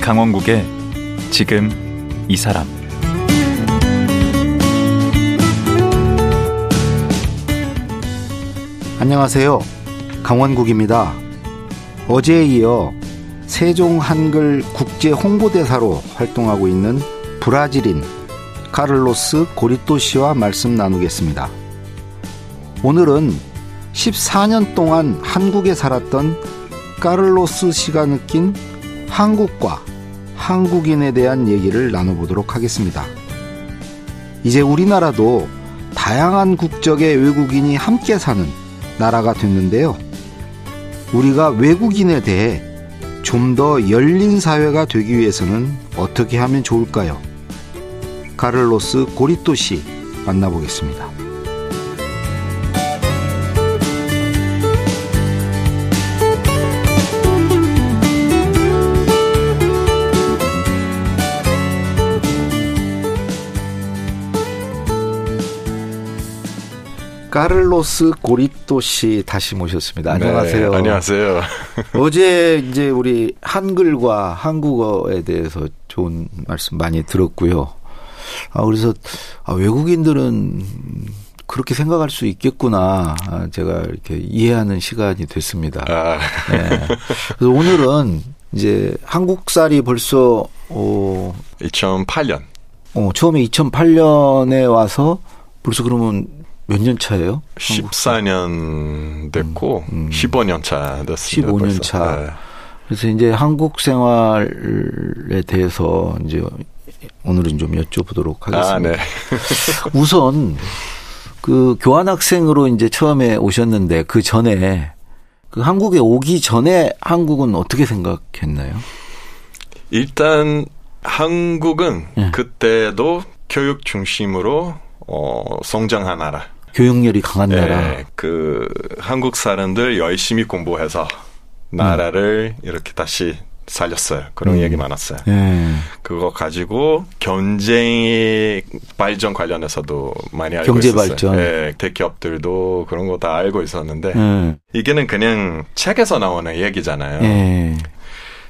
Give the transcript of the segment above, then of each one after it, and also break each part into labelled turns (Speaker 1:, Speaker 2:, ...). Speaker 1: 강원국의 지금 이 사람
Speaker 2: 안녕하세요. 강원국입니다. 어제에 이어 세종 한글 국제 홍보대사로 활동하고 있는 브라질인 카를로스 고리또 씨와 말씀 나누겠습니다. 오늘은 14년 동안 한국에 살았던 카를로스 씨가 느낀 한국과 한국인에 대한 얘기를 나눠보도록 하겠습니다. 이제 우리나라도 다양한 국적의 외국인이 함께 사는 나라가 됐는데요. 우리가 외국인에 대해 좀 더 열린 사회가 되기 위해서는 어떻게 하면 좋을까요? 카를로스 고리또 씨 만나보겠습니다. 카를로스 고리또 씨 다시 모셨습니다. 안녕하세요.
Speaker 3: 네, 안녕하세요.
Speaker 2: 어제 이제 우리 한글과 한국어에 대해서 좋은 말씀 많이 들었고요. 아, 그래서 아, 외국인들은 그렇게 생각할 수 있겠구나. 아, 제가 이렇게 이해하는 시간이 됐습니다.
Speaker 3: 아,
Speaker 2: 네. 그래서 오늘은 이제 한국살이 벌써 어,
Speaker 3: 2008년.
Speaker 2: 어, 처음에 2008년에 와서 벌써 그러면 몇 년 차예요?
Speaker 3: 14년 됐고 15년 차 됐습니다.
Speaker 2: 15년
Speaker 3: 벌써.
Speaker 2: 음, 차.
Speaker 3: 네.
Speaker 2: 그래서 이제 한국 생활에 대해서 이제 오늘은 좀 여쭤보도록 하겠습니다.
Speaker 3: 아, 네.
Speaker 2: 우선 그 교환학생으로 이제 처음에 오셨는데 그 전에 그 한국에 오기 전에 한국은 어떻게 생각했나요?
Speaker 3: 일단 한국은
Speaker 2: 예.
Speaker 3: 그때도 교육 중심으로 어, 성장한 나라.
Speaker 2: 교육열이 강한 나라. 네.
Speaker 3: 예, 그 한국 사람들 열심히 공부해서 나라를 이렇게 다시 살렸어요. 그런 얘기 많았어요.
Speaker 2: 음. 예.
Speaker 3: 그거 가지고 경쟁 발전 관련해서도 많이 알고
Speaker 2: 경제
Speaker 3: 있었어요.
Speaker 2: 발전.
Speaker 3: 예, 대기업들도 그런 거 다 알고 있었는데
Speaker 2: 예.
Speaker 3: 이게는 그냥 책에서 나오는 얘기잖아요.
Speaker 2: 예.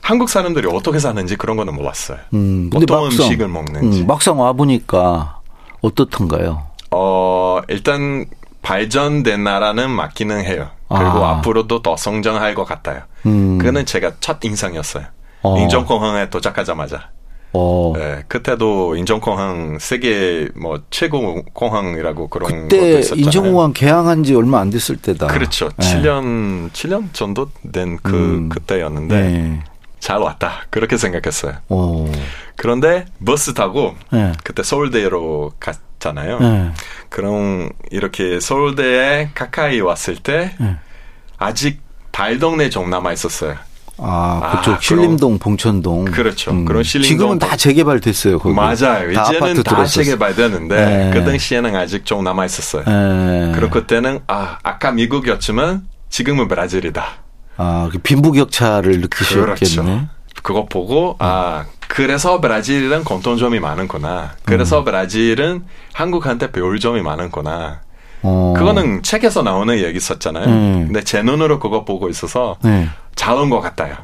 Speaker 3: 한국 사람들이 어떻게 사는지 그런 거는 몰랐어요.
Speaker 2: 음. 근데
Speaker 3: 어떤
Speaker 2: 막상
Speaker 3: 음식을 먹는지.
Speaker 2: 음, 막상 와 보니까 어떻던가요?
Speaker 3: 어, 일단 발전된 나라는 맞기는 해요. 그리고
Speaker 2: 아.
Speaker 3: 앞으로도 더 성장할 것 같아요.
Speaker 2: 음.
Speaker 3: 그거는 제가 첫 인상이었어요.
Speaker 2: 어.
Speaker 3: 인천공항에 도착하자마자.
Speaker 2: 어.
Speaker 3: 네, 그때도 인천공항 세계 뭐 최고 공항이라고 그런 것도
Speaker 2: 그때
Speaker 3: 있었잖아요.
Speaker 2: 인천공항 개항한 지 얼마 안 됐을 때다.
Speaker 3: 뭐 그렇죠.
Speaker 2: 예.
Speaker 3: 7년 7년 정도 된 그
Speaker 2: 음.
Speaker 3: 그때였는데
Speaker 2: 네.
Speaker 3: 잘 왔다 그렇게 생각했어요.
Speaker 2: 오.
Speaker 3: 그런데 버스 타고
Speaker 2: 네.
Speaker 3: 그때 서울대로 갔잖아요.
Speaker 2: 네.
Speaker 3: 그럼 이렇게 서울대에 가까이 왔을 때
Speaker 2: 네.
Speaker 3: 아직 달동네 좀 남아 있었어요.
Speaker 2: 아,
Speaker 3: 아,
Speaker 2: 그쪽
Speaker 3: 그럼-
Speaker 2: 신림동, 봉천동. 음.
Speaker 3: 그렇죠. 그런 신림동,
Speaker 2: 지금은 다 재개발됐어요. 거기.
Speaker 3: 맞아요.
Speaker 2: 다
Speaker 3: 이제는
Speaker 2: 아파트
Speaker 3: 다
Speaker 2: 들어섰어요.
Speaker 3: 재개발되는데
Speaker 2: 네.
Speaker 3: 그 당시에는 아직 좀 남아 있었어요.
Speaker 2: 예.
Speaker 3: 그리고 그때는 아 아까 미국이었지만 지금은 브라질이다.
Speaker 2: 아, 그 빈부격차를 느끼셨겠네.
Speaker 3: 그렇죠. 그거 보고 아 그래서 브라질이랑 공통점이 많은구나. 그래서
Speaker 2: 음.
Speaker 3: 브라질은 한국한테 배울 점이 많은구나.
Speaker 2: 어.
Speaker 3: 그거는 책에서 나오는 얘기 있었잖아요.
Speaker 2: 음.
Speaker 3: 근데 제 눈으로 그거 보고 있어서
Speaker 2: 네.
Speaker 3: 잘 온 것 같아요.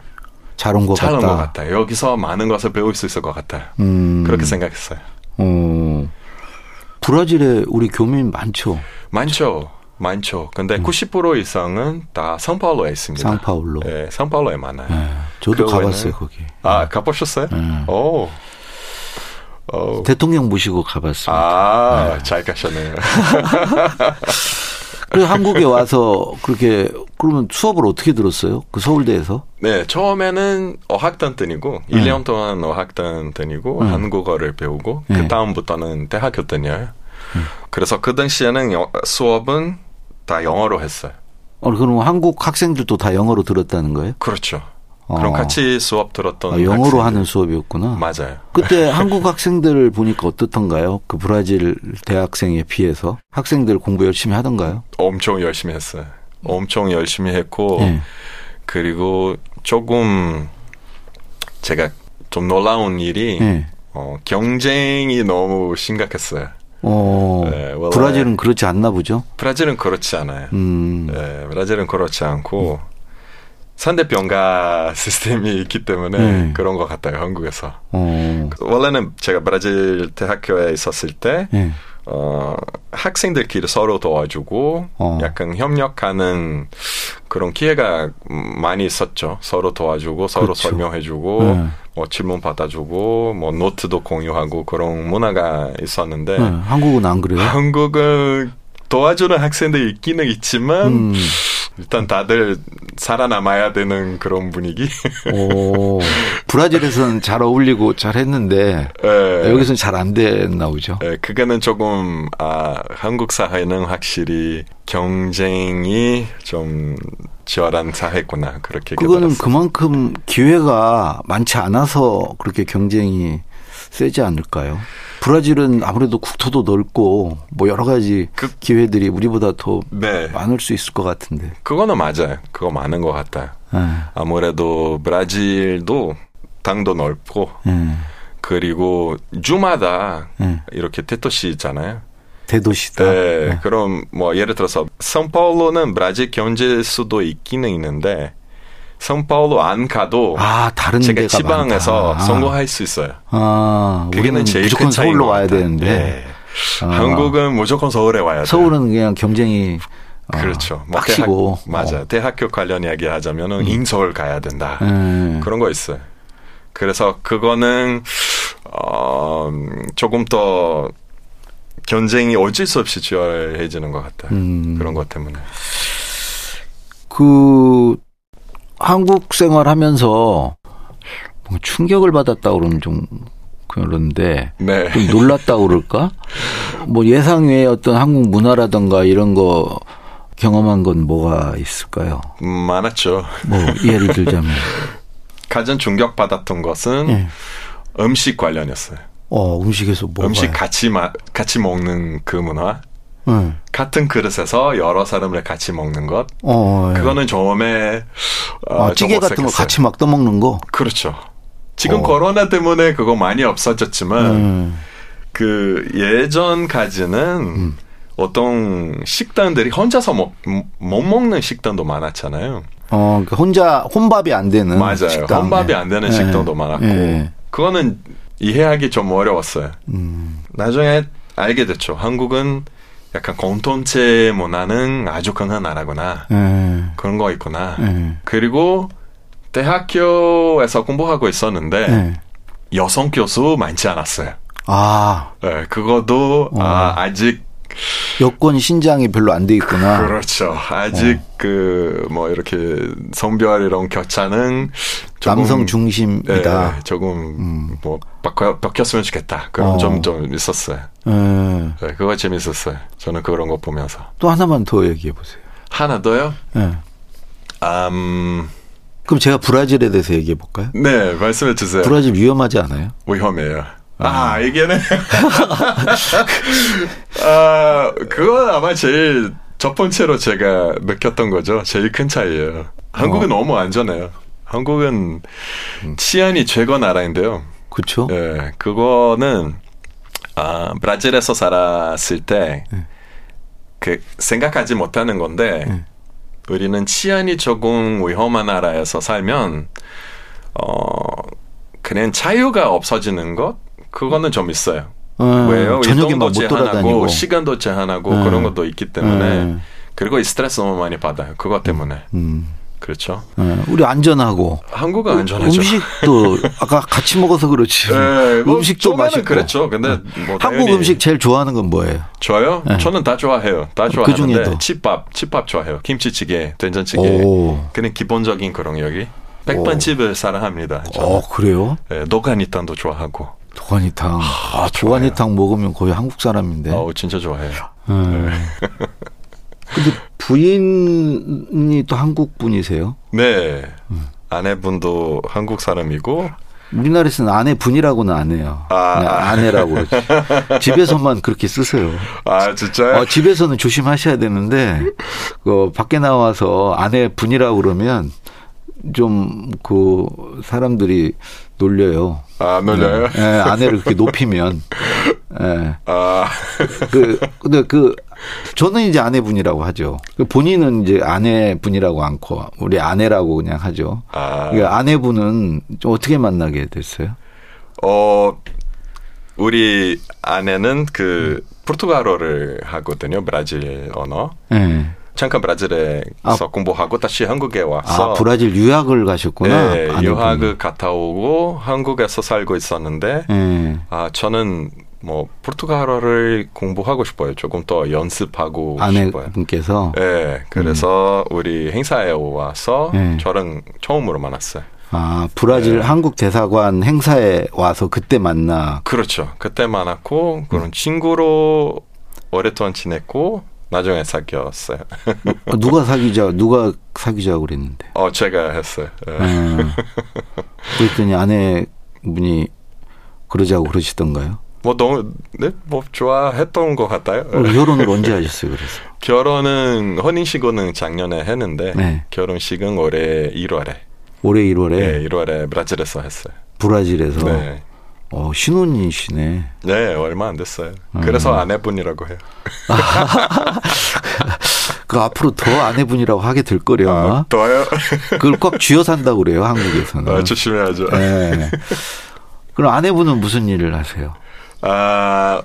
Speaker 2: 잘 온 것
Speaker 3: 잘
Speaker 2: 같다.
Speaker 3: 온 것 같아요. 여기서 많은 것을 배울 수 있을 것 같아요.
Speaker 2: 음.
Speaker 3: 그렇게 생각했어요.
Speaker 2: 어. 브라질에 우리 교민 많죠.
Speaker 3: 많죠. 많죠. 근데 90% 이상은 다 상파울로에 있습니다.
Speaker 2: 음. 상파울로. 네.
Speaker 3: 예, 상파울로에 많아요.
Speaker 2: 저도
Speaker 3: 그거는-
Speaker 2: 가봤어요, 거기.
Speaker 3: 아, 가보셨어요?
Speaker 2: 네.
Speaker 3: 오. 어, 오.
Speaker 2: 대통령 모시고 가봤어요.
Speaker 3: 아, 잘 가셨네요.
Speaker 2: 그래서 한국에 와서 그렇게 그러면 수업을 어떻게 들었어요? 그 서울대에서?
Speaker 3: 네, 처음에는 어학단 다니고, 1년 동안 어학단 다니고,
Speaker 2: 음.
Speaker 3: 한국어를 배우고,
Speaker 2: 네.
Speaker 3: 그다음부터는 대학교 다녀요.
Speaker 2: 음.
Speaker 3: 그래서 그 당시에는 여- 수업은 다 영어로 했어요.
Speaker 2: 어, 그럼 한국 학생들도 다 영어로 들었다는 거예요?
Speaker 3: 그렇죠.
Speaker 2: 어.
Speaker 3: 그럼 같이 수업
Speaker 2: 아,
Speaker 3: 들었던.
Speaker 2: 영어로
Speaker 3: 음, 학생들.
Speaker 2: 하는 수업이었구나.
Speaker 3: 맞아요.
Speaker 2: 그때 한국 학생들을 보니까 어떻던가요? 그 브라질 대학생에 비해서 학생들 공부 열심히 하던가요?
Speaker 3: 엄청 열심히 했어요. 엄청 열심히 했고,
Speaker 2: 예.
Speaker 3: 그리고 조금 제가 좀 놀라운 일이
Speaker 2: 예.
Speaker 3: 어, 경쟁이 너무 심각했어요.
Speaker 2: 어,
Speaker 3: 네, 네. 원래-
Speaker 2: 브라질은 그렇지 않나 보죠.
Speaker 3: 브라질은 그렇지 않아요.
Speaker 2: 음,
Speaker 3: 예, 브라질은 그렇지 않고 상대평가 시스템이 있기 때문에
Speaker 2: 네.
Speaker 3: 그런 것 같아요 한국에서
Speaker 2: 어.
Speaker 3: 원래는 제가 브라질 대학교에 있었을 때
Speaker 2: 예.
Speaker 3: 어, 학생들끼리 서로 도와주고
Speaker 2: 어.
Speaker 3: 약간 협력하는 그런 기회가 많이 있었죠. 서로 도와주고 서로
Speaker 2: 그렇죠.
Speaker 3: 설명해주고
Speaker 2: 네.
Speaker 3: 뭐 질문 받아주고 뭐 노트도 공유하고 그런 문화가 있었는데
Speaker 2: 예, 한국은 안 그래요?
Speaker 3: 한국은 도와주는 학생들 있기는 있지만
Speaker 2: 음.
Speaker 3: 일단 다들 살아남아야 되는 그런 분위기.
Speaker 2: 오. 어, 브라질에서는 잘 어울리고 잘 했는데
Speaker 3: 예.
Speaker 2: 네, 여기서는 잘 안 됐나 보죠.
Speaker 3: 예, 그거는 조금 아 한국 사회는 확실히 경쟁이 좀 치열한 사회구나 그렇게
Speaker 2: 그거는
Speaker 3: 깨달았어요.
Speaker 2: 그만큼 기회가 많지 않아서 그렇게 경쟁이 세지 않을까요? 브라질은 아무래도 국토도 넓고 뭐 여러 가지
Speaker 3: 그-
Speaker 2: 기회들이 우리보다 더
Speaker 3: 네
Speaker 2: 많을 수 있을 것 같은데.
Speaker 3: 그거는 맞아요 그거 많은 것 같아요
Speaker 2: 예.
Speaker 3: 아무래도 브라질도 땅도 넓고
Speaker 2: 예.
Speaker 3: 그리고 주마다
Speaker 2: 예.
Speaker 3: 이렇게 대도시 있잖아요
Speaker 2: 대도시다.
Speaker 3: 네, 그럼 뭐 예를 들어서 상파울로는 브라질 경제 수도 있기는 있는데 상파울로 안 가도
Speaker 2: 아 다른
Speaker 3: 제가
Speaker 2: 데가
Speaker 3: 지방에서
Speaker 2: 많다.
Speaker 3: 성공할 수 있어요.
Speaker 2: 아,
Speaker 3: 그게는
Speaker 2: 우리는
Speaker 3: 제일
Speaker 2: 무조건
Speaker 3: 큰 차이인
Speaker 2: 서울로
Speaker 3: 것
Speaker 2: 와야
Speaker 3: 같아요.
Speaker 2: 되는데
Speaker 3: 예.
Speaker 2: 아.
Speaker 3: 한국은 무조건 서울에 와야 돼요.
Speaker 2: 서울은 그냥 경쟁이 어,
Speaker 3: 그렇죠. 뭐
Speaker 2: 빡시고
Speaker 3: 대학, 맞아.
Speaker 2: 어. 음.
Speaker 3: 대학교 관련 이야기 하자면은 인서울 가야 된다.
Speaker 2: 예.
Speaker 3: 그런 거 있어요. 그래서 그거는 어, 음, 조금 더 경쟁이 어쩔 수 없이 치열해지는 것 같아요.
Speaker 2: 음.
Speaker 3: 그런 것 때문에.
Speaker 2: 그 한국 생활하면서 뭔가 충격을 받았다 그러면 좀 그런데
Speaker 3: 네.
Speaker 2: 좀 놀랐다 그럴까? 뭐 예상 외의 어떤 한국 문화라든가 이런 거 경험한 건 뭐가 있을까요?
Speaker 3: 음, 많았죠.
Speaker 2: 뭐 예를 들자면
Speaker 3: 가장 충격받았던 것은
Speaker 2: 예.
Speaker 3: 음식 관련이었어요.
Speaker 2: 어 음식에서 뭐가
Speaker 3: 음식 같이 마, 같이 먹는 그 문화.
Speaker 2: 예.
Speaker 3: 같은 그릇에서 여러 사람을 같이 먹는 것.
Speaker 2: 어, 예.
Speaker 3: 그거는 처음에 어,
Speaker 2: 아,
Speaker 3: 좀
Speaker 2: 찌개 같은 거
Speaker 3: 어색했어요.
Speaker 2: 같이 막 떠먹는 거.
Speaker 3: 그렇죠. 지금
Speaker 2: 어.
Speaker 3: 코로나 때문에 그거 많이 없어졌지만
Speaker 2: 음.
Speaker 3: 그 예전까지는 어떤 식당들이 혼자서 먹, 못 먹는 식당도 많았잖아요.
Speaker 2: 어, 그러니까 혼자 혼밥이 안 되는
Speaker 3: 맞아요.
Speaker 2: 음, 식당.
Speaker 3: 혼밥이 안 되는
Speaker 2: 예.
Speaker 3: 식당도 많았고
Speaker 2: 예.
Speaker 3: 그거는 이해하기 좀 어려웠어요.
Speaker 2: 음.
Speaker 3: 나중에 알게 됐죠. 한국은 약간 공통체 문화는 아주 강한 나라구나.
Speaker 2: 예.
Speaker 3: 그런 거 있구나.
Speaker 2: 예.
Speaker 3: 그리고 대학교에서 공부하고 있었는데
Speaker 2: 예.
Speaker 3: 여성 교수 많지 않았어요.
Speaker 2: 아,
Speaker 3: 예, 그거도 아, 아직
Speaker 2: 여권 신장이 별로 안 돼 있구나.
Speaker 3: 그렇죠.
Speaker 2: 네.
Speaker 3: 아직 그 뭐 이렇게 성별 이런 격차는 조금,
Speaker 2: 남성 중심이다. 음.
Speaker 3: 예, 조금 뭐 바꿔 바뀌었으면 좋겠다. 그런
Speaker 2: 어.
Speaker 3: 점좀 있었어요.
Speaker 2: 예.
Speaker 3: 예, 그거 재밌었어요. 저는 그런 거 보면서
Speaker 2: 또 하나만 더 얘기해 보세요.
Speaker 3: 하나 더요.
Speaker 2: 예.
Speaker 3: 음,
Speaker 2: 그럼 제가 브라질에 대해서 얘기해 볼까요?
Speaker 3: 네 말씀해 주세요.
Speaker 2: 브라질 위험하지 않아요?
Speaker 3: 위험해요. 아, 이게는. 아, 그건 아마 제일 첫 번째로 제가 느꼈던 거죠. 제일 큰 차이예요. 한국은
Speaker 2: 어.
Speaker 3: 너무 안전해요. 한국은
Speaker 2: 음.
Speaker 3: 치안이 최고 나라인데요.
Speaker 2: 그렇죠?
Speaker 3: 예, 그거는 아, 브라질에서 살았을 때
Speaker 2: 예.
Speaker 3: 그 생각하지 못하는 건데
Speaker 2: 예.
Speaker 3: 우리는 치안이 조금 위험한 나라에서 살면 어 그냥 자유가 없어지는 것 그거는 좀 있어요.
Speaker 2: 음,
Speaker 3: 왜요?
Speaker 2: 저녁에 막못
Speaker 3: 이동도 제한하고
Speaker 2: 돌아다니고.
Speaker 3: 시간도 제한하고
Speaker 2: 음.
Speaker 3: 그런 것도 있기 때문에
Speaker 2: 음.
Speaker 3: 그리고 이 스트레스 너무 많이 받아요. 그것 때문에
Speaker 2: 음.
Speaker 3: 그렇죠.
Speaker 2: 예. 우리 안전하고
Speaker 3: 한국은 안전하죠.
Speaker 2: 음식도 아까 같이 먹어서 그렇지.
Speaker 3: 예, 뭐
Speaker 2: 음식도
Speaker 3: 처음에는
Speaker 2: 맛있고. 예.
Speaker 3: 그랬죠. 근데 뭐
Speaker 2: 한국
Speaker 3: 당연히
Speaker 2: 음식 제일 좋아하는 건 뭐예요?
Speaker 3: 저요? 저는 다 좋아해요. 다 좋아하는데
Speaker 2: 네. 그 중에도?
Speaker 3: 칩밥, 칩밥 좋아해요. 김치찌개, 된장찌개.
Speaker 2: 오.
Speaker 3: 그냥 기본적인 그런 여기. 백반집을 사랑합니다. 저는.
Speaker 2: 어, 그래요?
Speaker 3: 예, 노가니탕도 좋아하고.
Speaker 2: 도가니탕. 아, 도가니탕 먹으면 거의 한국 사람인데.
Speaker 3: 어우 진짜 좋아해요.
Speaker 2: 음. 근데 부인이 또 한국 분이세요?
Speaker 3: 네.
Speaker 2: 음.
Speaker 3: 아내분도 한국 사람이고
Speaker 2: 우리나라에서는 아내 분이라고는 안 해요.
Speaker 3: 아.
Speaker 2: 그냥 아내라고 그러지. 집에서만 그렇게 쓰세요.
Speaker 3: 아 진짜요?
Speaker 2: 어, 집에서는 조심하셔야 되는데 그 밖에 나와서 아내 분이라고 그러면 좀 그 사람들이 놀려요. 네,
Speaker 3: 아 놀려요?
Speaker 2: 음. 예, 아내를 그렇게 높이면 예.
Speaker 3: 아
Speaker 2: 그 근데 그 저는 이제 아내분이라고 하죠. 그 본인은 이제 아내분이라고 않고 우리 아내라고 그냥 하죠.
Speaker 3: 아,
Speaker 2: 그러니까 아내분은 좀 어떻게 만나게 됐어요?
Speaker 3: 어, 우리 아내는 그
Speaker 2: 음.
Speaker 3: 포르투갈어를 하거든요. 브라질 언어.
Speaker 2: 네.
Speaker 3: 잠깐 브라질에서
Speaker 2: 아.
Speaker 3: 공부하고 다시 한국에 와서
Speaker 2: 아 브라질 유학을 가셨구나. 그
Speaker 3: 예,
Speaker 2: 아내분은.
Speaker 3: 유학을 갔다 오고 한국에서 살고 있었는데
Speaker 2: 예.
Speaker 3: 아 저는 뭐 포르투갈어를 공부하고 싶어요. 조금 더 연습하고 싶어요.
Speaker 2: 아내분께서
Speaker 3: 예, 그래서 우리 행사에 와서
Speaker 2: 음. 예.
Speaker 3: 저랑 처음으로 만났어요.
Speaker 2: 아 브라질
Speaker 3: 예.
Speaker 2: 한국 대사관 행사에 와서 그때 만나.
Speaker 3: 그렇죠. 그때 만났고 그런
Speaker 2: 음.
Speaker 3: 친구로 오랫동안 지냈고 나중에 사귀었어요.
Speaker 2: 어, 누가 사귀자 누가 사귀자 고 그랬는데.
Speaker 3: 어 제가 했어요. 예.
Speaker 2: 예. 그랬더니 아내분이 그러자고 그러시던가요?
Speaker 3: 뭐 너무 네? 뭐 좋아했던 것 같아요. 예.
Speaker 2: 어, 결혼을 언제 하셨어요? 그래서
Speaker 3: 결혼은 혼인신고는 작년에 했는데
Speaker 2: 네.
Speaker 3: 결혼식은 올해 1월에
Speaker 2: 올해 1월에
Speaker 3: 예, 1월에 브라질에서 했어요.
Speaker 2: 브라질에서
Speaker 3: 네.
Speaker 2: 어, 신혼이시네.
Speaker 3: 네, 얼마 안 됐어요. 그래서 아내분이라고 해요.
Speaker 2: 그 앞으로 더 아내분이라고 하게 될 거려. 아마.
Speaker 3: 더요?
Speaker 2: 그걸 꽉 쥐어 산다고 그래요 한국에서는.
Speaker 3: 아, 조심해야죠.
Speaker 2: 예. 그럼 아내분은 무슨 일을 하세요?
Speaker 3: 아,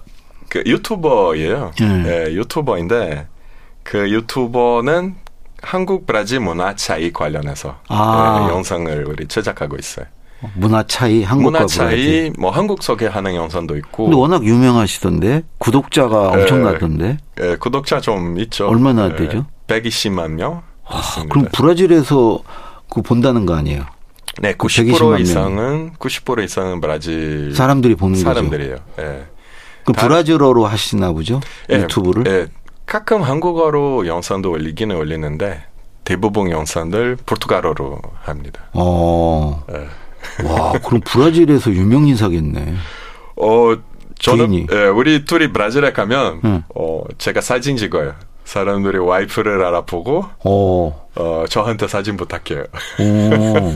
Speaker 3: 그 유튜버예요.
Speaker 2: 음.
Speaker 3: 예, 유튜버인데 그 유튜버는 한국 브라질 문화 차이 관련해서
Speaker 2: 아.
Speaker 3: 예, 영상을 우리 제작하고 있어요.
Speaker 2: 문화 차이 한국과
Speaker 3: 문화
Speaker 2: 브라질.
Speaker 3: 차이 뭐 한국 소개하는 영상도 있고
Speaker 2: 근데 워낙 유명하시던데 구독자가
Speaker 3: 예.
Speaker 2: 엄청나던데.
Speaker 3: 예, 구독자 좀 있죠.
Speaker 2: 얼마나
Speaker 3: 예,
Speaker 2: 되죠? 아,
Speaker 3: 120만 명. 있습니다.
Speaker 2: 그럼 브라질에서 그 본다는 거 아니에요?
Speaker 3: 네,
Speaker 2: 120만
Speaker 3: 90%
Speaker 2: 그 명.
Speaker 3: 이상은 90% 이상은 브라질
Speaker 2: 사람들이 보는 거죠.
Speaker 3: 사람들이에요. 예.
Speaker 2: 그
Speaker 3: 다-
Speaker 2: 브라질어로 하시나 보죠?
Speaker 3: 예,
Speaker 2: 유튜브를.
Speaker 3: 예. 가끔 한국어로 영상도 올리기는 올리는데 대부분 영상들 포르투갈어로 합니다.
Speaker 2: 어.
Speaker 3: 예.
Speaker 2: 와, 그럼 브라질에서 유명 인사겠네.
Speaker 3: 어, 저는
Speaker 2: 부인이.
Speaker 3: 예, 우리 둘이 브라질에 가면
Speaker 2: 응.
Speaker 3: 어, 제가 사진 찍어요. 사람들이 와이프를 알아보고
Speaker 2: 어.
Speaker 3: 어, 저한테 사진 부탁해요.
Speaker 2: 오.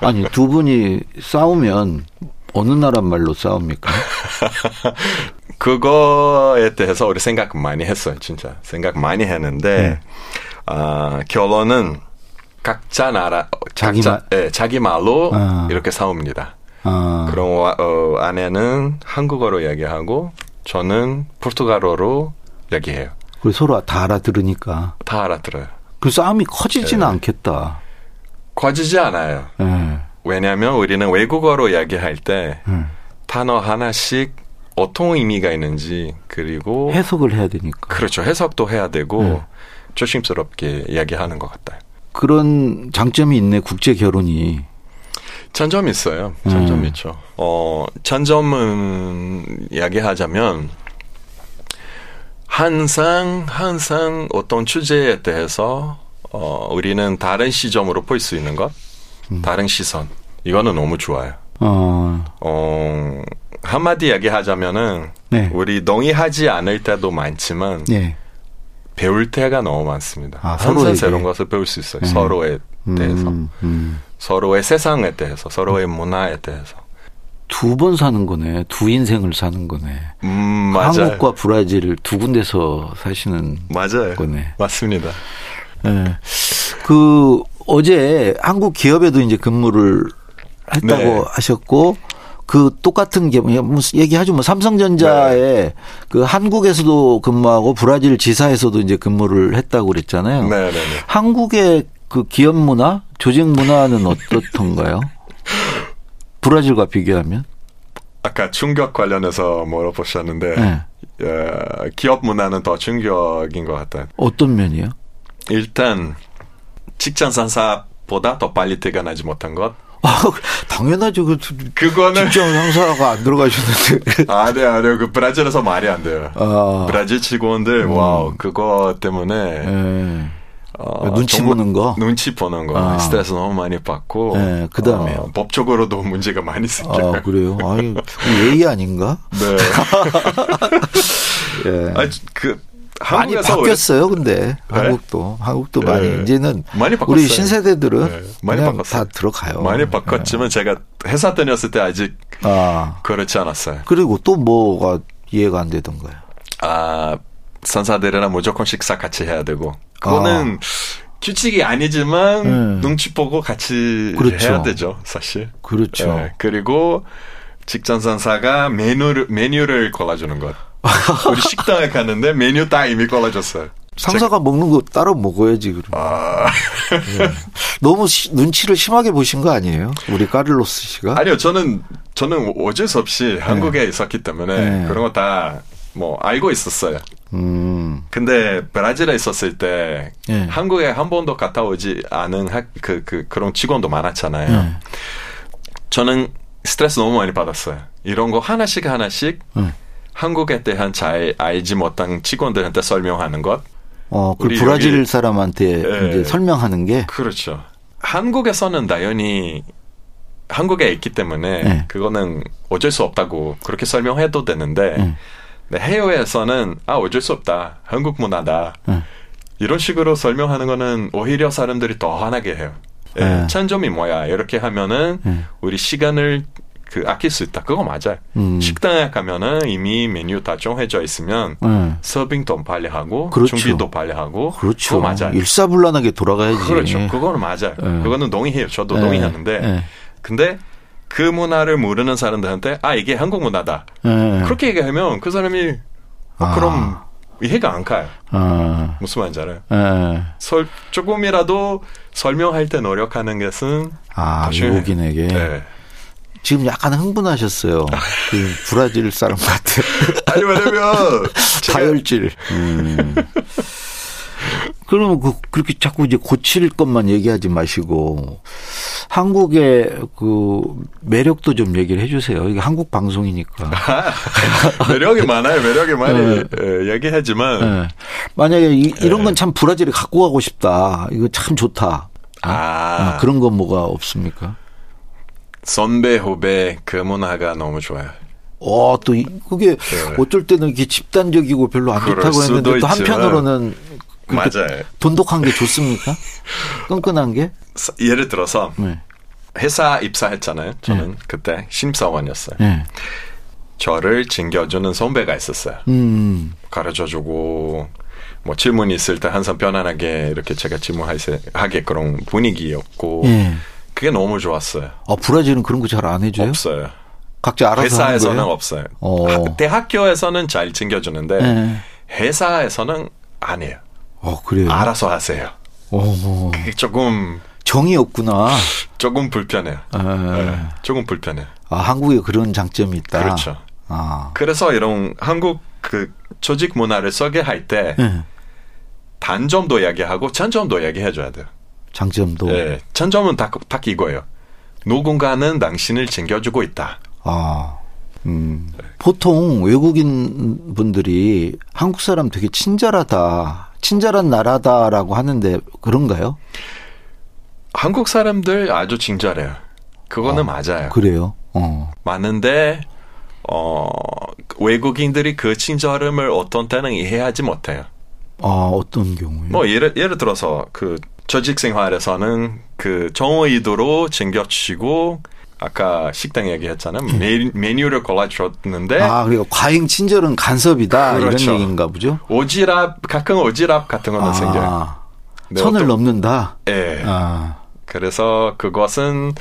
Speaker 2: 아니, 두 분이 싸우면 어느 나라 말로 싸웁니까?
Speaker 3: 그거에 대해서 우리 생각 많이 했어요, 진짜. 생각 많이
Speaker 2: 네.
Speaker 3: 했는데, 아, 결론은 각자 나라,
Speaker 2: 자기
Speaker 3: 각자- 예, 자기 말로
Speaker 2: 아.
Speaker 3: 이렇게 싸웁니다.
Speaker 2: 아.
Speaker 3: 그럼 와- 어, 아내는 한국어로 얘기하고, 저는 포르투갈어로 얘기해요.
Speaker 2: 그리고 서로 다 알아들으니까.
Speaker 3: 다 알아들어요.
Speaker 2: 그 싸움이 커지지는
Speaker 3: 예.
Speaker 2: 않겠다.
Speaker 3: 커지지 않아요.
Speaker 2: 예.
Speaker 3: 왜냐하면 우리는 외국어로 이야기할 때
Speaker 2: 예.
Speaker 3: 단어 하나씩 어떤 의미가 있는지 그리고
Speaker 2: 해석을 해야 되니까.
Speaker 3: 어. 그렇죠 해석도 해야 되고
Speaker 2: 네.
Speaker 3: 조심스럽게 이야기하는 것 같아요.
Speaker 2: 그런 장점이 있네, 국제 결혼이.
Speaker 3: 전점 있어요. 전점
Speaker 2: 음.
Speaker 3: 있죠. 어, 전점은 이야기하자면 항상 항상 어떤 주제에 대해서 어, 우리는 다른 시점으로 볼 수 있는 것,
Speaker 2: 음.
Speaker 3: 다른 시선 이거는 너무 좋아요.
Speaker 2: 어.
Speaker 3: 어, 한마디 이야기하자면은
Speaker 2: 네.
Speaker 3: 우리 동의하지 않을 때도 많지만
Speaker 2: 예.
Speaker 3: 배울 때가 너무 많습니다.
Speaker 2: 아,
Speaker 3: 항상
Speaker 2: 서로에게.
Speaker 3: 새로운 것을 배울 수 있어요. 서로에 대해서,
Speaker 2: 음, 음.
Speaker 3: 서로의 세상에 대해서, 서로의 문화에 대해서.
Speaker 2: 두 번 사는 거네. 두 인생을 사는 거네.
Speaker 3: 음, 맞아요.
Speaker 2: 한국과 브라질 두 군데서 사시는
Speaker 3: 맞아요.
Speaker 2: 거네.
Speaker 3: 맞습니다.
Speaker 2: 예. 그 어제 한국 기업에도 이제 근무를 했다고
Speaker 3: 네.
Speaker 2: 하셨고 그 똑같은 게 뭐냐, 무슨 얘기하죠 뭐 삼성전자에
Speaker 3: 네.
Speaker 2: 그 한국에서도 근무하고 브라질 지사에서도 이제 근무를 했다고 그랬잖아요.
Speaker 3: 네, 네, 네.
Speaker 2: 한국의 그 기업 문화, 조직 문화는 어떻던가요? 브라질과 비교하면?
Speaker 3: 아까 충격 관련해서 물어보셨는데,
Speaker 2: 네.
Speaker 3: 어, 기업 문화는 더 충격인 것 같아요.
Speaker 2: 어떤 면이요?
Speaker 3: 일단, 직장 상사보다 더 빨리 퇴근하지 못한 것.
Speaker 2: 아, 당연하죠. 그
Speaker 3: 그거는
Speaker 2: 직장 상사가 안 들어가셨는데.
Speaker 3: 아니요, 아니요. 그 브라질에서 말이 안 돼요.
Speaker 2: 아,
Speaker 3: 브라질 직원들, 와우, 그거 때문에.
Speaker 2: 예.
Speaker 3: 어,
Speaker 2: 눈치
Speaker 3: 정말
Speaker 2: 보는 거?
Speaker 3: 눈치 보는 거.
Speaker 2: 아.
Speaker 3: 스트레스 너무 많이 받고.
Speaker 2: 네, 그다음에요?
Speaker 3: 어, 법적으로도 문제가 많이 생겨요.
Speaker 2: 아, 그래요? 아니, 예의 아닌가?
Speaker 3: 네.
Speaker 2: 예.
Speaker 3: 아, 그,
Speaker 2: 많이
Speaker 3: 한국에서
Speaker 2: 바뀌었어요, 근데. 한국도. 한국도
Speaker 3: 예.
Speaker 2: 많이. 이제는
Speaker 3: 많이 바꿨어요.
Speaker 2: 우리 신세대들은
Speaker 3: 네, 많이
Speaker 2: 그냥 다
Speaker 3: 바꿨어요.
Speaker 2: 들어가요.
Speaker 3: 많이
Speaker 2: 네.
Speaker 3: 바꿨지만 제가 회사 다녔을 때 아직
Speaker 2: 아.
Speaker 3: 그렇지 않았어요.
Speaker 2: 그리고 또 뭐가 이해가 안 되던가요?
Speaker 3: 아, 선사들이랑 무조건 식사 같이 해야 되고 그거는 규칙이 아니지만
Speaker 2: 아. 네.
Speaker 3: 눈치 보고 같이
Speaker 2: 그렇죠.
Speaker 3: 해야 되죠 사실.
Speaker 2: 그렇죠.
Speaker 3: 예, 그리고 직전 선사가 메뉴를 메뉴를 골라주는 것. 우리 식당에 갔는데 메뉴 딱 이미 골라줬어요.
Speaker 2: 상사가 먹는 거 따로 먹어야지 그럼. 예.
Speaker 3: 아,
Speaker 2: 너무 시- 눈치를 심하게 보신 거 아니에요? 우리 까를로스 씨가?
Speaker 3: 아니요, 저는 저는 어쩔 수 없이 한국에 있었기 때문에
Speaker 2: 네.
Speaker 3: 그런 거 다 뭐 알고 있었어요.
Speaker 2: 음.
Speaker 3: 근데 브라질에 있었을 때
Speaker 2: 네.
Speaker 3: 한국에 한 번도 갔다 오지 않은 학, 그, 그 그런 직원도 많았잖아요.
Speaker 2: 네.
Speaker 3: 저는 스트레스 너무 많이 받았어요. 이런 거 하나씩 하나씩
Speaker 2: 네.
Speaker 3: 한국에 대한 잘 알지 못한 직원들한테 설명하는 것.
Speaker 2: 어, 그
Speaker 3: 우리
Speaker 2: 브라질
Speaker 3: 여기-
Speaker 2: 사람한테
Speaker 3: 예.
Speaker 2: 이제 설명하는 게
Speaker 3: 그렇죠. 한국에서는 당연히 한국에 있기 때문에
Speaker 2: 네.
Speaker 3: 그거는 어쩔 수 없다고 그렇게 설명해도 되는데
Speaker 2: 네.
Speaker 3: 근데 해외에서는 아 어쩔 수 없다 한국 문화다
Speaker 2: 네.
Speaker 3: 이런 식으로 설명하는 거는 오히려 사람들이 더 화나게 해요. 예,
Speaker 2: 네.
Speaker 3: 찬점이 뭐야 이렇게 하면은
Speaker 2: 네.
Speaker 3: 우리 시간을 그 아낄 수 있다 그거 맞아요.
Speaker 2: 음.
Speaker 3: 식당에 가면은 이미 메뉴 다 정해져 있으면
Speaker 2: 네.
Speaker 3: 서빙도 빨리 하고
Speaker 2: 그렇죠.
Speaker 3: 준비도 빨리 하고
Speaker 2: 그렇죠.
Speaker 3: 그거 맞아요.
Speaker 2: 일사불란하게 돌아가야지.
Speaker 3: 그렇죠. 그거는 맞아요.
Speaker 2: 예.
Speaker 3: 그거는 동의해요. 저도
Speaker 2: 예.
Speaker 3: 동의하는데.
Speaker 2: 예.
Speaker 3: 근데 그 문화를 모르는 사람들한테 아 이게 한국 문화다.
Speaker 2: 예.
Speaker 3: 그렇게 얘기하면 그 사람이 어,
Speaker 2: 아.
Speaker 3: 그럼 이해가 안 가요.
Speaker 2: 아,
Speaker 3: 무슨 말인지 알아요?
Speaker 2: 예.
Speaker 3: 설, 조금이라도 설명할 때 노력하는 것은
Speaker 2: 아,
Speaker 3: 다시-
Speaker 2: 외국인에게.
Speaker 3: 네.
Speaker 2: 지금 약간 흥분하셨어요.
Speaker 3: 아.
Speaker 2: 그 브라질 사람 같은
Speaker 3: 아니 왜냐면 제가
Speaker 2: 다혈질. 음. 그러면 그, 그렇게 자꾸 이제 고칠 것만 얘기하지 마시고 한국의 그 매력도 좀 얘기를 해주세요. 이게 한국 방송이니까.
Speaker 3: 아, 매력이 많아요. 매력이 많이
Speaker 2: 네.
Speaker 3: 예, 얘기하지만
Speaker 2: 예. 만약에 이, 런 건 참 브라질에 갖고 가고 싶다. 이거 참 좋다.
Speaker 3: 아,
Speaker 2: 아, 그런 건 뭐가 없습니까?
Speaker 3: 선배 후배 그 문화가 너무 좋아요.
Speaker 2: 어, 또 이- 그게 어쩔 때는 이게 집단적이고 별로 안
Speaker 3: 네. 그럴
Speaker 2: 좋다고 했는데
Speaker 3: 수도
Speaker 2: 또
Speaker 3: 있지만.
Speaker 2: 한편으로는 그렇게
Speaker 3: 맞아요.
Speaker 2: 돈독한 게 좋습니까? 끈끈한 게?
Speaker 3: 사- 예를 들어서
Speaker 2: 네.
Speaker 3: 회사 입사했잖아요. 저는 그때 심사원이었어요.
Speaker 2: 예.
Speaker 3: 저를 챙겨주는 선배가 있었어요.
Speaker 2: 음.
Speaker 3: 가르쳐주고 뭐 질문이 있을 때 항상 편안하게 이렇게 제가 질문하게 그런 분위기였고
Speaker 2: 예.
Speaker 3: 그게 너무 좋았어요.
Speaker 2: 아, 브라질은 그런 거 잘 안 해줘요?
Speaker 3: 없어요.
Speaker 2: 각자 알아서
Speaker 3: 회사에서는
Speaker 2: 하는 거예요?
Speaker 3: 없어요.
Speaker 2: 어.
Speaker 3: 하- 대학교에서는 잘 챙겨주는데
Speaker 2: 예.
Speaker 3: 회사에서는 안 해요.
Speaker 2: 어, 그래요.
Speaker 3: 알아서 하세요.
Speaker 2: 어머.
Speaker 3: 그게 조금
Speaker 2: 정이 없구나.
Speaker 3: 조금 불편해요.
Speaker 2: 예.
Speaker 3: 예, 조금 불편해요.
Speaker 2: 아, 한국에 그런 장점이 있다.
Speaker 3: 그렇죠.
Speaker 2: 아.
Speaker 3: 그래서 이런 한국 그 조직 문화를 소개할 때
Speaker 2: 예.
Speaker 3: 단점도 이야기하고 장점도 이야기해줘야 돼요.
Speaker 2: 장점도.
Speaker 3: 예, 장점은 딱, 딱 이거예요. 누군가는 당신을 챙겨주고 있다.
Speaker 2: 아. 음. 보통 외국인 분들이 한국 사람 되게 친절하다, 친절한 나라다라고 하는데 그런가요?
Speaker 3: 한국 사람들 아주 친절해요. 그거는 맞아요.
Speaker 2: 그래요. 어.
Speaker 3: 맞는데 어, 외국인들이 그 친절함을 어떤 때는 이해하지 못해요.
Speaker 2: 아, 어떤 경우에?
Speaker 3: 뭐 예를 예를 들어서 그 조직 생활에서는 그 정의도로 챙겨주시고 아까 식당 얘기했잖아요. 메, 메뉴를 골라줬는데
Speaker 2: 음. 아, 그리고 과잉 친절은 간섭이다
Speaker 3: 네. 그렇죠.
Speaker 2: 이런 얘기인가 보죠. 아,
Speaker 3: 오지랖 가끔 오지랖 같은 거는 생겨요. 네,
Speaker 2: 선을
Speaker 3: 어떤-
Speaker 2: 넘는다.
Speaker 3: 예.
Speaker 2: 아.
Speaker 3: 그래서 그것은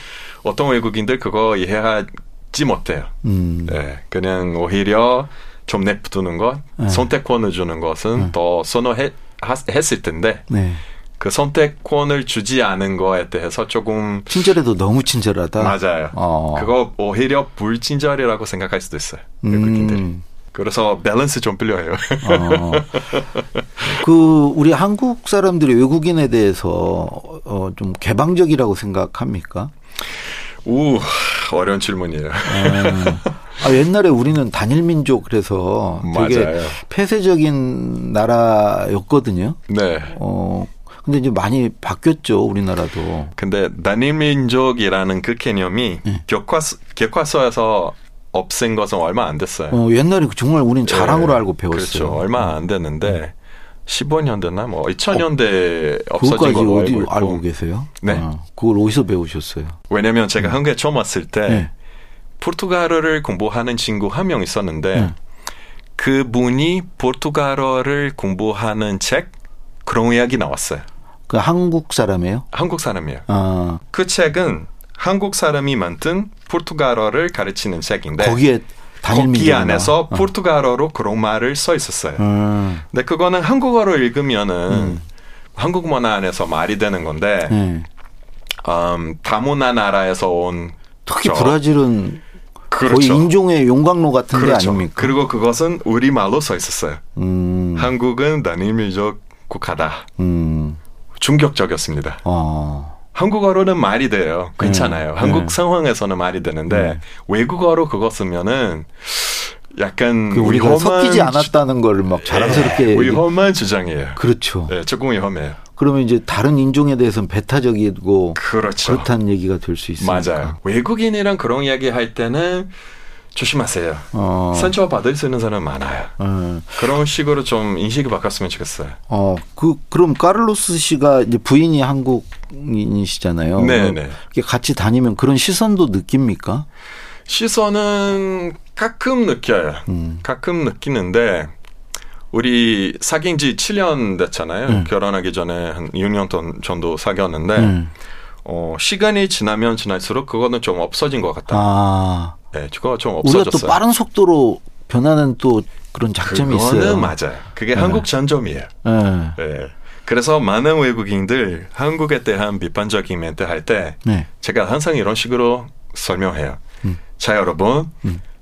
Speaker 3: 어떤 외국인들 그거 이해하지 못해요.
Speaker 2: 음.
Speaker 3: 예, 그냥 오히려 좀 내버두는 것,
Speaker 2: 예.
Speaker 3: 선택권을 주는
Speaker 2: 음.
Speaker 3: 것은 더 선호했을 텐데
Speaker 2: 네.
Speaker 3: 그 선택권을 주지 않은 거에 대해서 조금
Speaker 2: 친절해도 너무 친절하다.
Speaker 3: 맞아요.
Speaker 2: 어.
Speaker 3: 그거 오히려 불친절이라고 생각할 수도 있어요. 외국인들이.
Speaker 2: 음.
Speaker 3: 그래서 밸런스 좀 필요해요.
Speaker 2: 어. 그 우리 한국 사람들이 외국인에 대해서 어, 좀 개방적이라고 생각합니까?
Speaker 3: 우 어려운 질문이에요.
Speaker 2: 아, 옛날에 우리는 단일 민족 그래서 되게
Speaker 3: 맞아요.
Speaker 2: 폐쇄적인 나라였거든요.
Speaker 3: 네.
Speaker 2: 어 근데 이제 많이 바뀌었죠 우리나라도.
Speaker 3: 근데 단일민족이라는 그 개념이
Speaker 2: 예.
Speaker 3: 교과서, 교과서에서 없앤 것은 얼마 안 됐어요.
Speaker 2: 어, 옛날에 정말 우리는 자랑으로
Speaker 3: 예.
Speaker 2: 알고 배웠어요. 음.
Speaker 3: 그렇죠. 얼마 안 됐는데 15년 됐나? 뭐 2000년대 에 없어진
Speaker 2: 어, 그것까지
Speaker 3: 걸로 알고
Speaker 2: 어디
Speaker 3: 있고.
Speaker 2: 알고 계세요?
Speaker 3: 네.
Speaker 2: 어, 그걸 어디서 배우셨어요?
Speaker 3: 왜냐면
Speaker 2: 음.
Speaker 3: 제가 한국에 처음 왔을 때
Speaker 2: 네. 음.
Speaker 3: 포르투갈어를 공부하는 친구 한 명 있었는데 그분이 포르투갈어를 공부하는 책 그런 이야기 나왔어요.
Speaker 2: 그 한국 사람이에요?
Speaker 3: 한국 사람이에요.
Speaker 2: 아,
Speaker 3: 그 책은 한국 사람이 만든 포르투갈어를 가르치는 책인데
Speaker 2: 거기에 단일
Speaker 3: 네. 거기
Speaker 2: 민족
Speaker 3: 안에서 포르투갈어로 그로마를 써 있었어요.
Speaker 2: 음.
Speaker 3: 근데 그거는 한국어로 읽으면은 한국 문화 안에서 말이 되는 건데
Speaker 2: 네.
Speaker 3: 음, 다문화 나라에서 온
Speaker 2: 특히
Speaker 3: 저-
Speaker 2: 브라질은 거의
Speaker 3: 그렇죠.
Speaker 2: 인종의 용광로 같은 게
Speaker 3: 그렇죠.
Speaker 2: 아닙니까?
Speaker 3: 그리고 그것은 우리 말로 써 있었어요.
Speaker 2: 음,
Speaker 3: 한국은 단일민족 국가다.
Speaker 2: 음,
Speaker 3: 충격적이었습니다.
Speaker 2: 어,
Speaker 3: 한국어로는 말이 돼요. 괜찮아요.
Speaker 2: 네.
Speaker 3: 한국
Speaker 2: 네.
Speaker 3: 상황에서는 말이 되는데 외국어로 그거 쓰면은 약간
Speaker 2: 그 우리가
Speaker 3: 위험한
Speaker 2: 섞이지
Speaker 3: 주-
Speaker 2: 않았다는 걸 막 자랑스럽게
Speaker 3: 예,
Speaker 2: 얘기-
Speaker 3: 위험한 주장이에요.
Speaker 2: 그렇죠.
Speaker 3: 예, 조금 위험해요.
Speaker 2: 그러면 이제 다른 인종에 대해서는 배타적이고
Speaker 3: 그렇죠.
Speaker 2: 그렇다는 얘기가 될 수 있으니까.
Speaker 3: 맞아요. 외국인이랑 그런 이야기 할 때는 조심하세요.
Speaker 2: 어,
Speaker 3: 상처 받을 수 있는 사람 많아요.
Speaker 2: 어,
Speaker 3: 그런 식으로 좀 인식이 바뀌었으면 좋겠어요.
Speaker 2: 어, 그 그럼 카를로스 씨가 이제 부인이 한국인이시잖아요.
Speaker 3: 네,
Speaker 2: 그럼
Speaker 3: 네.
Speaker 2: 이렇게 같이 다니면 그런 시선도 느낍니까?
Speaker 3: 시선은 가끔 느껴요.
Speaker 2: 음.
Speaker 3: 가끔 느끼는데 우리 사귄 지 7년 됐잖아요. 결혼하기 전에 한 6년 돈- 정도 사귀었는데
Speaker 2: 음.
Speaker 3: 어, 시간이 지나면 지날수록 그거는 좀 없어진 것 같다.
Speaker 2: 아,
Speaker 3: 네, 그거 좀
Speaker 2: 우리가
Speaker 3: 없어졌어요.
Speaker 2: 또 빠른 속도로 변하는 또 그런 장점이
Speaker 3: 그거는
Speaker 2: 있어요. 네.
Speaker 3: 맞아요. 그게 한국 전점이에요.
Speaker 2: 예.
Speaker 3: 예. 그래서 많은 외국인들 한국에 대한 비판적인 멘트 할 때
Speaker 2: 네.
Speaker 3: 제가 항상 이런 식으로 설명해요.
Speaker 2: 음.
Speaker 3: 자, 여러분.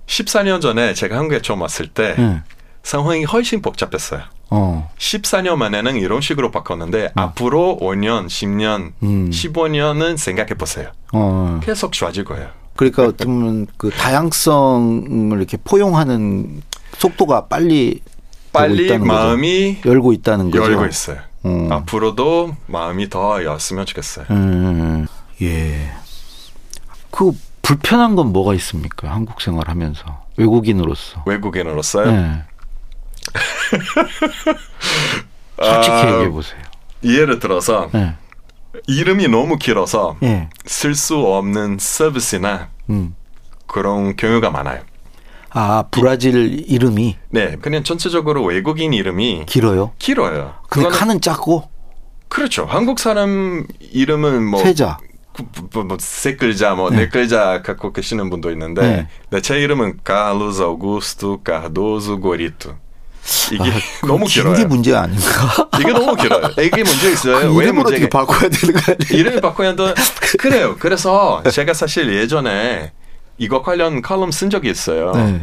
Speaker 3: 14년 전에 제가 한국에 처음 왔을 때
Speaker 2: 네.
Speaker 3: 상황이 훨씬 복잡했어요.
Speaker 2: 어.
Speaker 3: 14년 만에는 이런 식으로 바꿨는데 앞으로 5년, 10년,
Speaker 2: 음.
Speaker 3: 15년은 생각해 보세요.
Speaker 2: 어.
Speaker 3: 계속 좋아질 거예요.
Speaker 2: 그러니까 어떻게 보면 그 다양성을 이렇게 포용하는 속도가 빨리 되고
Speaker 3: 빨리
Speaker 2: 있다는 거죠.
Speaker 3: 마음이
Speaker 2: 열고 있다는 거죠.
Speaker 3: 열고 있어요.
Speaker 2: 음.
Speaker 3: 앞으로도 마음이 더 열었으면 좋겠어요.
Speaker 2: 음, 예. 그 불편한 건 뭐가 있습니까? 한국 생활하면서 외국인으로서.
Speaker 3: 외국인으로서요.
Speaker 2: 예. 솔직히
Speaker 3: 아,
Speaker 2: 얘기해 보세요.
Speaker 3: 예를 들어서
Speaker 2: 예.
Speaker 3: 이름이 너무 길어서
Speaker 2: 예.
Speaker 3: 쓸 수 없는 서비스나
Speaker 2: 음.
Speaker 3: 그런 경우가 많아요.
Speaker 2: 아 브라질 이름이
Speaker 3: 네, 그냥 전체적으로 외국인 이름이
Speaker 2: 길어요.
Speaker 3: 길어요.
Speaker 2: 근데
Speaker 3: 그거는-
Speaker 2: 칸은 작고
Speaker 3: 그렇죠. 한국 사람 이름은 뭐
Speaker 2: 세자.
Speaker 3: 그, 뭐, 뭐, 세 글자, 뭐, 네 글자 갖고 계시는 분도 있는데,
Speaker 2: 네.
Speaker 3: 네, 제 이름은 Carlos Augusto Cardoso Gorito. 이게 너무 길어요.
Speaker 2: 긴게 아, 문제가 아닌가?
Speaker 3: 이게 너무 길어요. 이게 문제 있어요.
Speaker 2: 그
Speaker 3: 왜
Speaker 2: 이름을
Speaker 3: 문제가
Speaker 2: 어떻게 바꿔야 되는 거 아니에요?
Speaker 3: 이름을 바꿔야 한다. 그래요. 그래서 제가 사실 예전에 이거 관련 칼럼 쓴 적이 있어요.
Speaker 2: 네.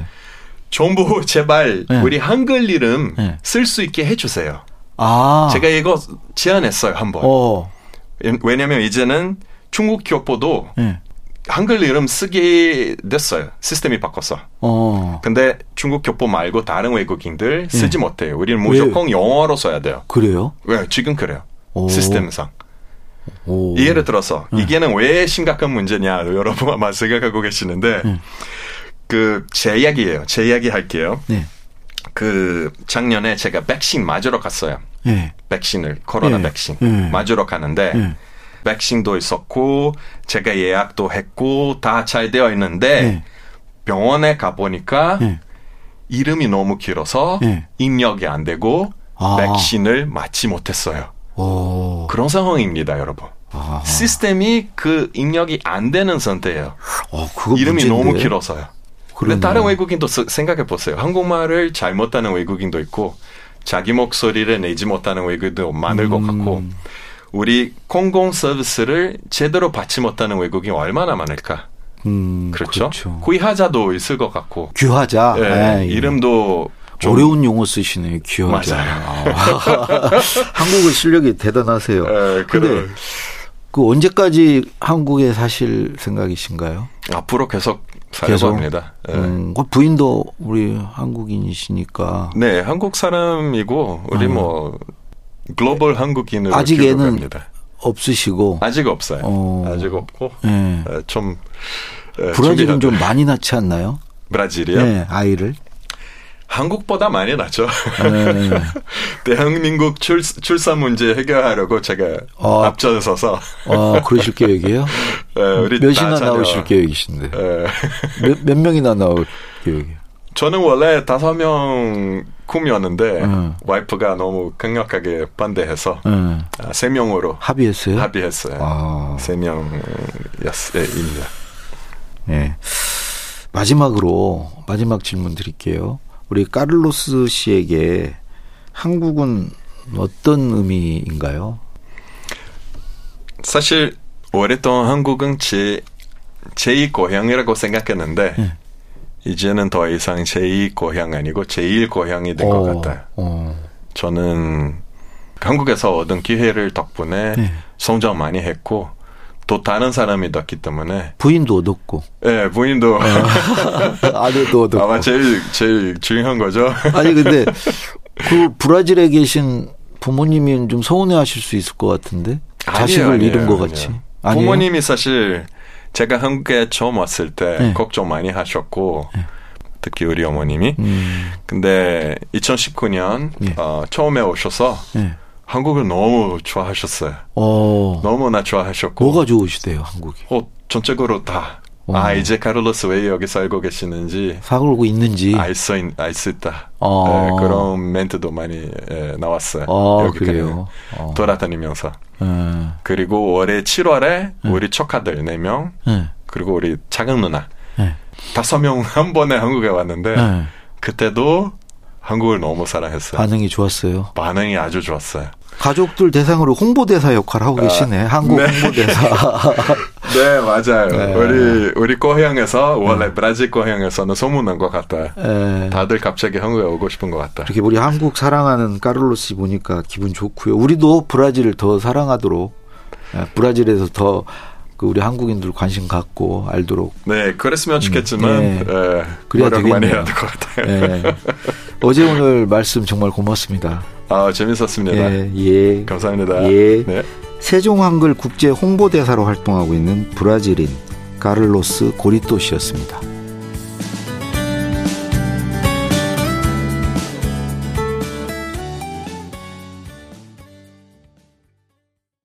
Speaker 3: 정부 제발
Speaker 2: 네.
Speaker 3: 우리 한글 이름
Speaker 2: 네.
Speaker 3: 쓸 수 있게 해주세요.
Speaker 2: 아
Speaker 3: 제가 이거 제안했어요 한번.
Speaker 2: 어
Speaker 3: 왜냐면 이제는 중국 교포도
Speaker 2: 예.
Speaker 3: 한글 이름 쓰게 됐어요. 시스템이 바뀌었어.
Speaker 2: 어
Speaker 3: 근데 중국 교포 말고 다른 외국인들 쓰지 못해요. 우리는
Speaker 2: 음. 왜요?
Speaker 3: 무조건 영어로 써야 돼요.
Speaker 2: 그래요?
Speaker 3: 왜? 지금 그래요.
Speaker 2: 오.
Speaker 3: 시스템상.
Speaker 2: 오. 네.
Speaker 3: 예를 들어서 이게는 왜 심각한 문제냐 여러분 아마 생각하고 계시는데
Speaker 2: 음.
Speaker 3: 그 제 이야기예요. 제 이야기 할게요.
Speaker 2: 네.
Speaker 3: 그 작년에 제가 백신 맞으러 갔어요.
Speaker 2: 예.
Speaker 3: 백신을 코로나
Speaker 2: 예.
Speaker 3: 백신
Speaker 2: 예.
Speaker 3: 맞으러 가는데
Speaker 2: 예.
Speaker 3: 백신도 있었고 제가 예약도 했고 다 잘 되어 있는데
Speaker 2: 예.
Speaker 3: 병원에 가 보니까
Speaker 2: 예.
Speaker 3: 이름이 너무 길어서
Speaker 2: 예.
Speaker 3: 입력이 안 되고
Speaker 2: 아.
Speaker 3: 백신을 맞지 못했어요.
Speaker 2: 오.
Speaker 3: 그런 상황입니다, 여러분.
Speaker 2: 아.
Speaker 3: 시스템이 그 입력이 안 되는 상태예요.
Speaker 2: 어 그거
Speaker 3: 이름이
Speaker 2: 문제인데.
Speaker 3: 너무 길어서요. 근데
Speaker 2: 그러네요.
Speaker 3: 다른 외국인도 스- 생각해 보세요. 한국말을 잘 못하는 외국인도 있고 자기 목소리를 내지 못하는 외국인도 많을
Speaker 2: 음.
Speaker 3: 것 같고 우리 공공 서비스를 제대로 받지 못하는 외국인 얼마나 많을까?
Speaker 2: 음,
Speaker 3: 그렇죠? 구이하자도 있을 것 같고
Speaker 2: 귀화자.
Speaker 3: 예,
Speaker 2: 예, 예.
Speaker 3: 이름도 좀
Speaker 2: 어려운 용어 쓰시네요. 귀화자.
Speaker 3: 맞아요.
Speaker 2: 한국어 실력이 대단하세요.
Speaker 3: 예,
Speaker 2: 근데
Speaker 3: 그런-
Speaker 2: 그 언제까지 한국에 사실 생각이신가요?
Speaker 3: 앞으로 계속
Speaker 2: 계속?
Speaker 3: 살려고 합니다. 예.
Speaker 2: 음, 그 부인도 우리 한국인이시니까
Speaker 3: 네, 한국 사람이고 우리 뭐 글로벌 한국인으로
Speaker 2: 아. 아직
Speaker 3: 기록합니다.
Speaker 2: 애는 없으시고
Speaker 3: 아직 없어요.
Speaker 2: 어.
Speaker 3: 아직 없고
Speaker 2: 예.
Speaker 3: 어, 좀 어, 준비가-
Speaker 2: 브라질은 좀 많이 낳지 않나요?
Speaker 3: 브라질이요.
Speaker 2: 예, 아이를.
Speaker 3: 한국보다 많이 낫죠.
Speaker 2: 예.
Speaker 3: 대한민국 출, 출산 문제 해결하려고 제가
Speaker 2: 어.
Speaker 3: 앞장서서
Speaker 2: 아, 그러실 계획이에요?
Speaker 3: 어, 우리 다
Speaker 2: 몇이나
Speaker 3: 자녀-
Speaker 2: 나오실 계획이신데?
Speaker 3: 어,
Speaker 2: 몇, 몇 명이나 나올 계획이에요?
Speaker 3: 저는 원래 다섯 명 꿈이었는데
Speaker 2: 음.
Speaker 3: 와이프가 너무 강력하게 반대해서
Speaker 2: 예.
Speaker 3: 아, 세 명으로
Speaker 2: 합의했어요?
Speaker 3: 합의했어요.
Speaker 2: 네? 아,
Speaker 3: 세 명입니다.
Speaker 2: 예. 마지막으로 마지막 질문 드릴게요. 우리 까를로스 씨에게 한국은 어떤 의미인가요?
Speaker 3: 사실 오랫동안 한국은 제 제2 고향이라고 생각했는데
Speaker 2: 예.
Speaker 3: 이제는 더 이상 제2 고향 아니고 제1 고향이 된
Speaker 2: 어,
Speaker 3: 네, 것 같아요.
Speaker 2: 어.
Speaker 3: 저는 한국에서 얻은 기회를 덕분에
Speaker 2: 네.
Speaker 3: 성장 많이 했고 또 다른 사람이 됐기 때문에
Speaker 2: 부인도 얻었고
Speaker 3: 예 부인도
Speaker 2: 아, 아들도 얻었고.
Speaker 3: 아마 제일 제일 중요한 거죠.
Speaker 2: 아니 근데 그 브라질에 계신 부모님이 좀 서운해하실 수 있을 것 같은데 자식을
Speaker 3: 아니에요, 아니에요,
Speaker 2: 잃은 것
Speaker 3: 아니에요.
Speaker 2: 같이 아니에요?
Speaker 3: 부모님이 사실 제가 한국에 처음 왔을 때
Speaker 2: 네.
Speaker 3: 걱정 많이 하셨고 특히 우리 어머님이
Speaker 2: 음,
Speaker 3: 근데 2019년
Speaker 2: 예.
Speaker 3: 어, 처음에 오셔서
Speaker 2: 예.
Speaker 3: 한국을 너무 좋아하셨어요.
Speaker 2: 어
Speaker 3: 너무나 좋아하셨고
Speaker 2: 뭐가 좋으시대요 한국이
Speaker 3: 어, 전적으로 다.
Speaker 2: 어.
Speaker 3: 아, 이제 카를로스 왜 여기 살고 계시는지
Speaker 2: 살고 있는지
Speaker 3: 알 수, 있, 알수 있다.
Speaker 2: 어.
Speaker 3: 예, 그런 멘트도 많이 예, 나왔어요.
Speaker 2: 어,
Speaker 3: 여기까지
Speaker 2: 그래요? 어.
Speaker 3: 돌아다니면서.
Speaker 2: 예.
Speaker 3: 그리고 올해 7월에
Speaker 2: 음.
Speaker 3: 우리 조카들 4명,
Speaker 2: 예.
Speaker 3: 그리고 우리 작은 누나
Speaker 2: 예.
Speaker 3: 5명 한 번에 한국에 왔는데,
Speaker 2: 예.
Speaker 3: 그때도 한국을 너무 사랑했어요.
Speaker 2: 반응이 좋았어요.
Speaker 3: 반응이 아주 좋았어요.
Speaker 2: 그러니까. 가족들 대상으로 홍보대사 역할을 하고 계시네. 한국
Speaker 3: 네.
Speaker 2: 홍보대사.
Speaker 3: 네, 맞아요.
Speaker 2: 네. 음.
Speaker 3: 우리, 우리 고향에서, 원래 브라질 고향에서는 소문난 것 같아요.
Speaker 2: 예.
Speaker 3: 다들 갑자기 한국에 오고 싶은 것 같다.
Speaker 2: 이렇게 우리 한국 사랑하는 까를로스 씨 보니까 기분 좋고요. 우리도 브라질을 더 사랑하도록 예, 브라질에서 더 그 우리 한국인들 관심 갖고 알도록
Speaker 3: 네, 그랬으면 좋겠지만
Speaker 2: 예.
Speaker 3: 예,
Speaker 2: 그래야
Speaker 3: 노력 많이
Speaker 2: 되겠네요.
Speaker 3: 해야 될 것 같아요.
Speaker 2: 예. 어제 오늘 말씀 정말 고맙습니다.
Speaker 3: 아, 재밌었습니다.
Speaker 2: 예, 예.
Speaker 3: 감사합니다.
Speaker 2: 예.
Speaker 3: 네.
Speaker 2: 세종 한글 국제 홍보대사로 활동하고 있는 브라질인 까를로스 고리토 씨였습니다.